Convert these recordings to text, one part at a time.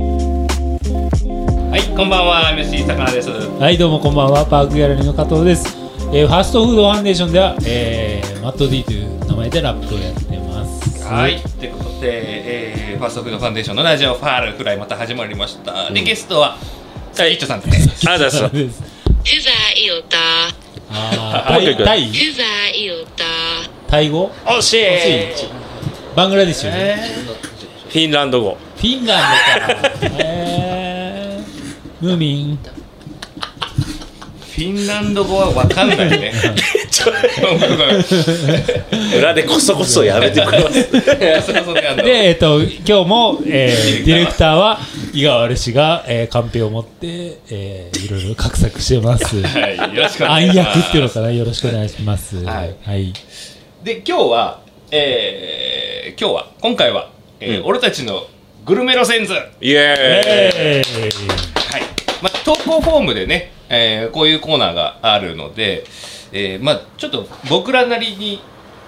はい、こんばんは、MC さかなです。はい、どうもこんばんは、パークギャラリーの加藤です。えー、ファストフードファンデーションでは、えー、マット D という名前でラップをやってます。はい、ということで、えー、ファストフードファンデーションのラジオファールフライまた始まりました。うん、で、ゲストは、さあ、一丁さんです。あ、だそう。フザイオタ。あー、タイタイフザイオタ。タイ語惜しい惜しいバングラディッシュ、えー、フィンランド語。フィンランドか。えームーミン。フィンランド語はわかんないね。裏でこそこそやめてくれま す。で、えっ、ー、と、今日も、えー、ディレクターは井川る氏が、えー、カンペを持って、えー、いろいろ画策してます。はい、よろしくお願いします。暗躍っていうのかな、よろしくお願いします。はい。はい、で、今日は、えー、今日は、今回は、えー、うん、俺たちのグルメ路線図。 ーイ。イエイエーイまあ、投稿フォームでね、えー、こういうコーナーがあるので、えー、まあ、ちょっと僕らなりに。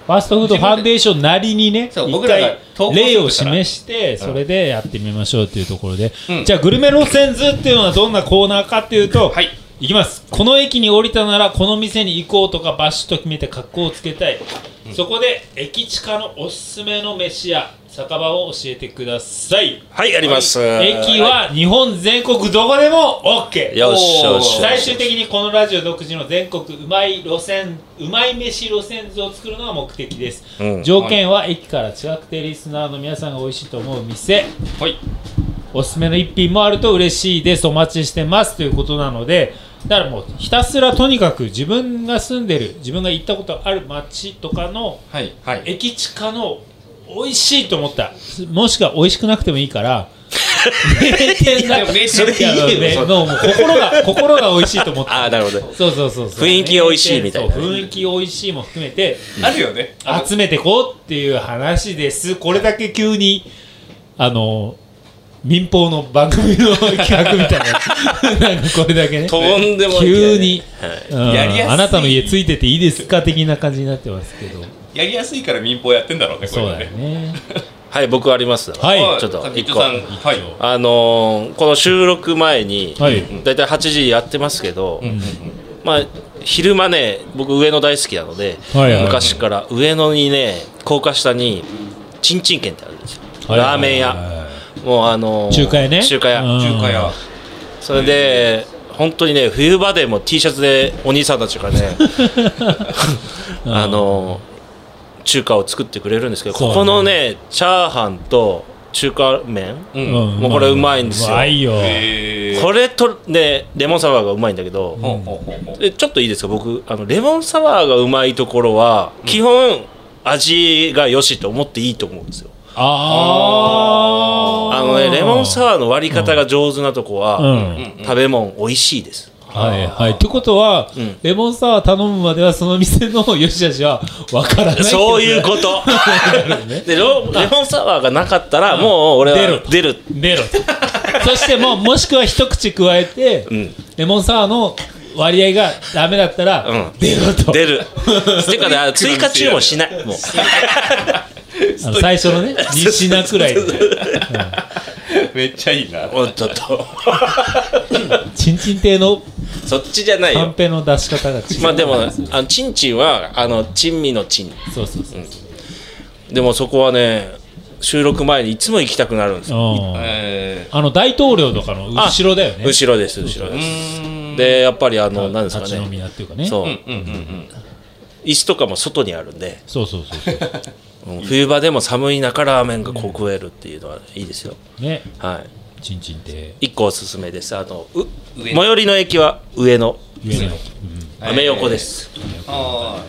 ファストフードファンデーションなりにね、そう僕らが例を示して、それでやってみましょうというところで、うん、じゃあ、グルメ路線図っていうのはどんなコーナーかっていうと、はい、いきます。この駅に降りたなら、この店に行こうとか、バシッと決めて格好をつけたい。うん、そこで、駅近のおすすめの飯や酒場を教えてくださいはいあります、駅は日本全国どこでも OK よしよし最終的にこのラジオ独自の全国うまい路線うまい飯路線図を作るのが目的です、うん、条件は駅から近くてリスナーの皆さんが美味しいと思う店はいおすすめの一品もあると嬉しいですお待ちしてますということなのでだからもうひたすらとにかく自分が住んでる自分が行ったことある街とかの、はいはい、駅近の美味しいと思ったもしくは美味しくなくてもいいから名店が名店なのでもう心が心が美味しいと思ったあなるほどそうそうそうそう雰囲気美味しいみたいな、ね、雰囲気美味しいも含めて、 あるよね集めてこうっていう話ですこれだけ急にあの民放の番組の企画みたい ななんかこれだけねとんでも、ね、急に、はいうん、あなたの家ついてていいですか的な感じになってますけどやりやすいから民放やってんだろうね、これね。ねはい、僕あります。、はいちょっと一個。はい、あのー、この収録前に、はい、だいたい8時やってますけど、うん、まあ、昼間ね、僕上野大好きなので、はいはい、昔から上野にね、高架下に、ちんちん県ってあるんですよ。ラーメン屋。もうあのー、中華屋ね。中華屋。中華屋。それで、本当にね、冬場でも T シャツでお兄さんたちが ね、あのー中華を作ってくれるんですけど、ね、ここのねチャーハンと中華麺、うん、もうこれうまいんですよ,、いよこれとねレモンサワーがうまいんだけど、うん、ちょっといいですか僕あのレモンサワーがうまいところは、うん、基本味がよしと思っていいと思うんですよああのねレモンサワーの割り方が上手なとこは、食べ物美味しいですはいはい。ということは、うん、レモンサワー頼むまではその店のよしあしはわからない。そういうこと。でレモンサワーがなかったら、もう俺は出る。出ろ。そしてもう、もしくは一口加えて、うん、レモンサワーの割合がダメだったら、うん、出ろと。 出る。てかね、追加注文しない。もう。あの最初の ね、2品くらいで。 めっちゃいいな。おっとっと。ちんちん亭のそっちじゃないカンペの出し方が違う。まあでも、あのチンチンは、あの、珍味のチン。そうそうそう、うん、でもそこはね、収録前にいつも行きたくなるんですよ。えー、あの、大統領とかの後ろだよね。後ろです、後ろです。で、やっぱりあの、なんですかね。立ち飲み屋っていうかね。そう。椅子とかも外にあるんで。そうそうそうそう。冬場でも寒い中ラーメンがこう食えるっていうのはいいですよ。ね。はい。ちんちんって一個おすすめですあのう最寄りの駅は上野上野アメ横です、あ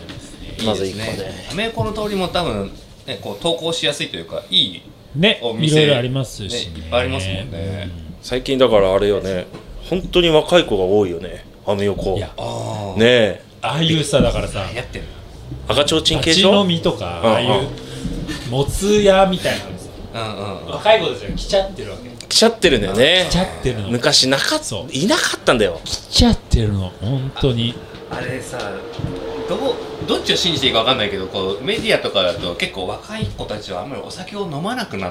あまず一個ねアメ横の通りも多分ねこう投稿しやすいというかいいねお店いろいろありますし、いっぱいありますもんね、最近だからあれよね本当に若い子が多いよねアメ横いねやえああいうさだからさやってんの赤ちょうちん系立でちし飲ょみとかうんうんああいうもつ屋みたいなのさうんうん若い子たちが来ちゃってるわけ来ちゃってるんだよね来ちゃってるの来昔なかっそういなかったんだよちゃってるの本当にあれさどうどっちを信じていいかわかんないけどこうメディアとかだと結構若い子たちはあんまりお酒を飲まなくな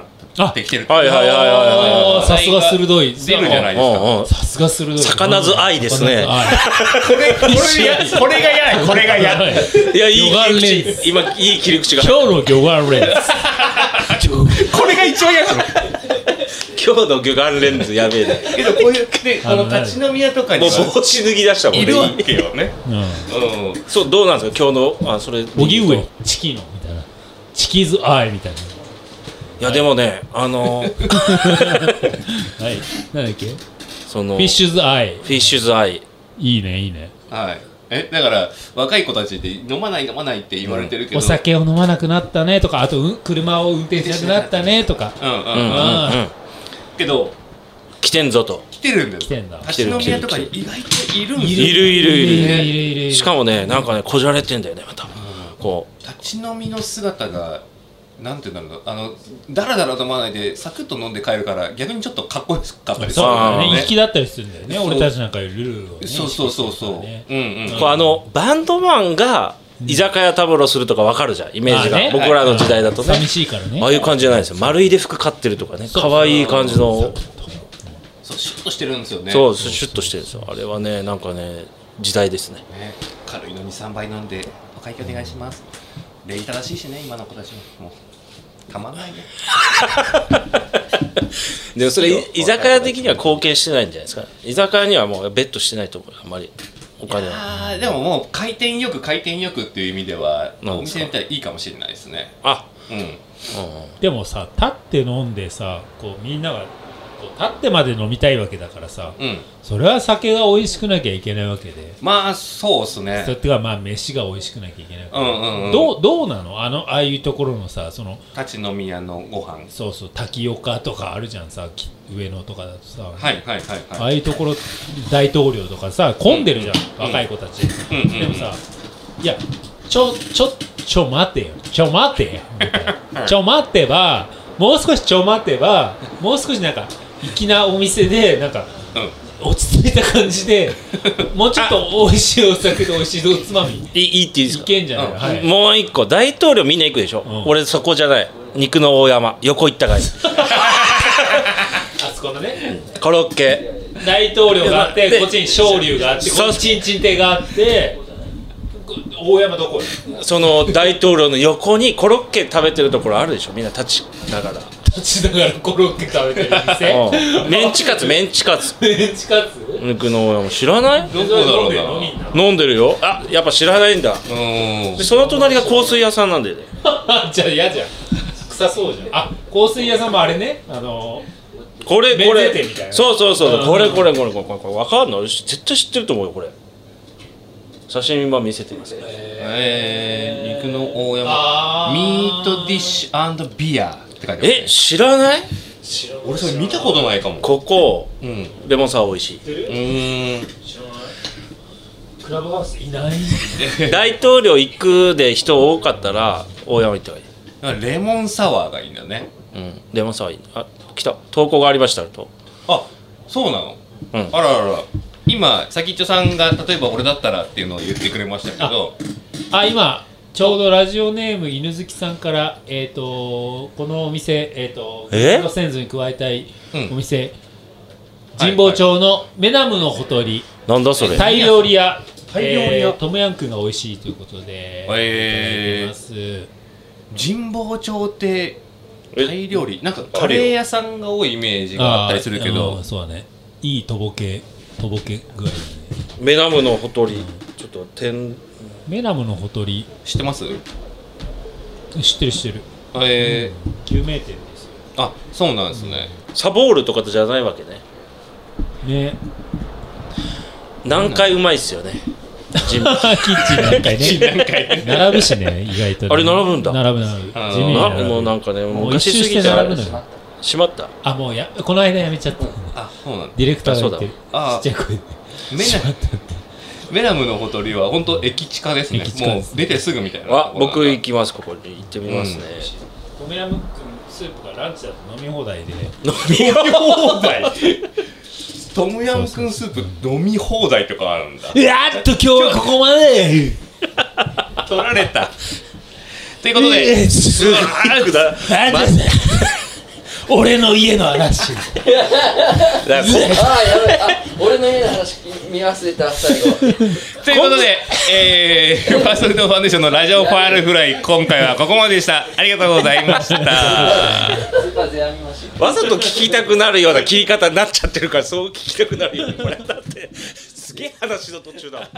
ってきてるはいはいはいはいあーさすが鋭い出るじゃないですかうんうんさすが鋭い魚ず愛ですね魚ずこれこれやこれが嫌いこれが嫌愛い やいい魚眼レ切ンりズ口今いい切り口が今日の魚眼レンズこれが一番嫌ですよ今日の魚眼レンズやべえねけどこういうでこの立ち飲み屋とかにもうは帽子脱ぎ出したもんねいるわけよねうんそうどうなんですか今日のあそれ荻上チキのみたいなチキズアイみたい いやでもねあのなはいなんだっけフそのフィィッシュズアイッシュズアイいいねいいねはいえだから若い子たちって飲まない飲まないって言われてるけどお酒を飲まなくなったねとかあとうん車を運転しなくなったねとかうんうんうんううんんうんけど来てんぞと来てるんだよ来てんだ立ち飲み屋とかに意外といるんですいよるいるいるいるいいるるいるいるしかもねなんかねこじゃれてんだよねまたこう立ち飲みの姿がなんていうんだろうあのだらだらと飲まないでサクッと飲んで帰るから逆にちょっとかっこよかったりすそるうんだねあー行きだったりするんだよねそう俺たちなんかよりルールをねそうそうそうそう、ねうんうんこうあのバンドマンが居酒屋タブロするとかわかるじゃんイメージあねが僕らの時代だとね寂しいからねああいう感じじゃないですよ丸いで服買ってるとかねそう可愛い感じのそうシュッとしてるんですよねそうシュッとしてるんですよあれはねなんかね時代ですねね軽いのに3杯飲んでお会計お願いします礼儀正しいしね今の子たちももうたまんないねでもそれ居酒屋的には貢献してないんじゃないですか居酒屋にはもうベットしてないと思うあんまりお金はあーでももう回転よく回転よくっていう意味ではなんおです店かに行ったらいいかもしれないですねあうんうんうんでもさ立って飲んでさこうみんながこう立ってまで飲みたいわけだからさうんそれは酒が美味しくなきゃいけないわけでまあそうっすそれねってかまあ飯が美味しくなきゃいけないわけうでんうんうんどうどうなのあのああいうところのさその立ち飲み屋のご飯そうそう滝岡とかあるじゃんさき上野とかだとさ、はいはいはいあはあいいうところ大統領とかさ混んでるじゃん、若い子たち、うんうんうんでもさいやちょちょちょ待てよちょ待てよみたいなちょ待てばもう少しちょ待てばもう少しなんか粋なお店でなんかうん落ち着いた感じでもうちょっと美味しいお酒と美味しいおつまみいいいいっていいですいかけんじゃない、うんはいもう一個大統領みんな行くでしょ、ん俺そこじゃない肉の大山横行ったかいあそこのねコロッケ大統領があっでてこっちに昇龍があってそうこっちに鎮亭があってこ大山どこその大統領の横にコロッケ食べてるところあるでしょみんな立ちながら立ちながらコロッケ食べてるう店 んメンチカツメンチカツメンチカツ肉の大山知らないどこだろう飲なみに行っ飲んでるよあやっぱ知らないんだうんでその隣が香水屋さんなんだよねた じゃあ嫌じゃん臭そうじゃんあ香水屋さんもあれねあのこれこ免税店みたいれなそうそうそう、うんこれこれこれこれこれこれ分かんない絶対知ってると思うよこれ写真今見せてますねえー、肉の大あ山ーミートディッシュビアって書いてあるえ知らない知ら俺それ見たことないかもここうんうレモンサワー美味しいーんクラブハウスいない大統領行くで人多かったら大山行った方がいい、レモンサワーがいいんだよねうん、レモンサワーいいあ来た投稿がありましたとあそうなの、うんあらあらら今先っちょさんが例えば俺だったらっていうのを言ってくれましたけどあ今ちょうどラジオネーム犬好きさんから、えー、とこのお店、えー、とえご先祖に加えたいうんお店、神保町のメナムのほとり、なんだそれタイ料理屋タイ料理屋えートムヤンクンが美味しいということで、えーいただいてます神保町ってえタイ料理なんかカレー屋さんが多いイメージがあったりするけあーどそうだねいいとぼけとぼけ具合だねメナムのほとりちょっと天メナムのほとり知ってます知ってる知ってるえ有名店ですよー、あそうなんですね、サボールとかじゃないわけねね 何回うまいっすよねキッチン何回ね並ぶしね意外とね、あれ並ぶんだ並ぶ並ぶあー地味にな並ぶもうなんかねもう一昔周すしてぎてあ並れぶのよ閉まったあもうやこの間やめちゃった、あそうなんだディレクターが言ってるちあっちゃい声でメ閉まナったってメナムのほとりは本当駅地下ですね駅近もでうす出てすぐみたいなあ僕行行きますここに行ってみますね、トムヤムクンスープがランチだと飲み放題で飲み 放題トムヤムクンスープ飲み放題とかあるんだやっと今日はここまで取られたということ ですごいくだだマジ俺の家の話からこああ、やばい。あ、俺の家の話見忘れた、最後。ということで、えー、ファーストフードファンデーションのラジオファールフライ今回はここまででしたありがとうございましスたーパーでやみましょう。わざと聞きたくなるような切り方になっちゃってるからそう聞きたくなるよねこれだってすげえ話の途中だもん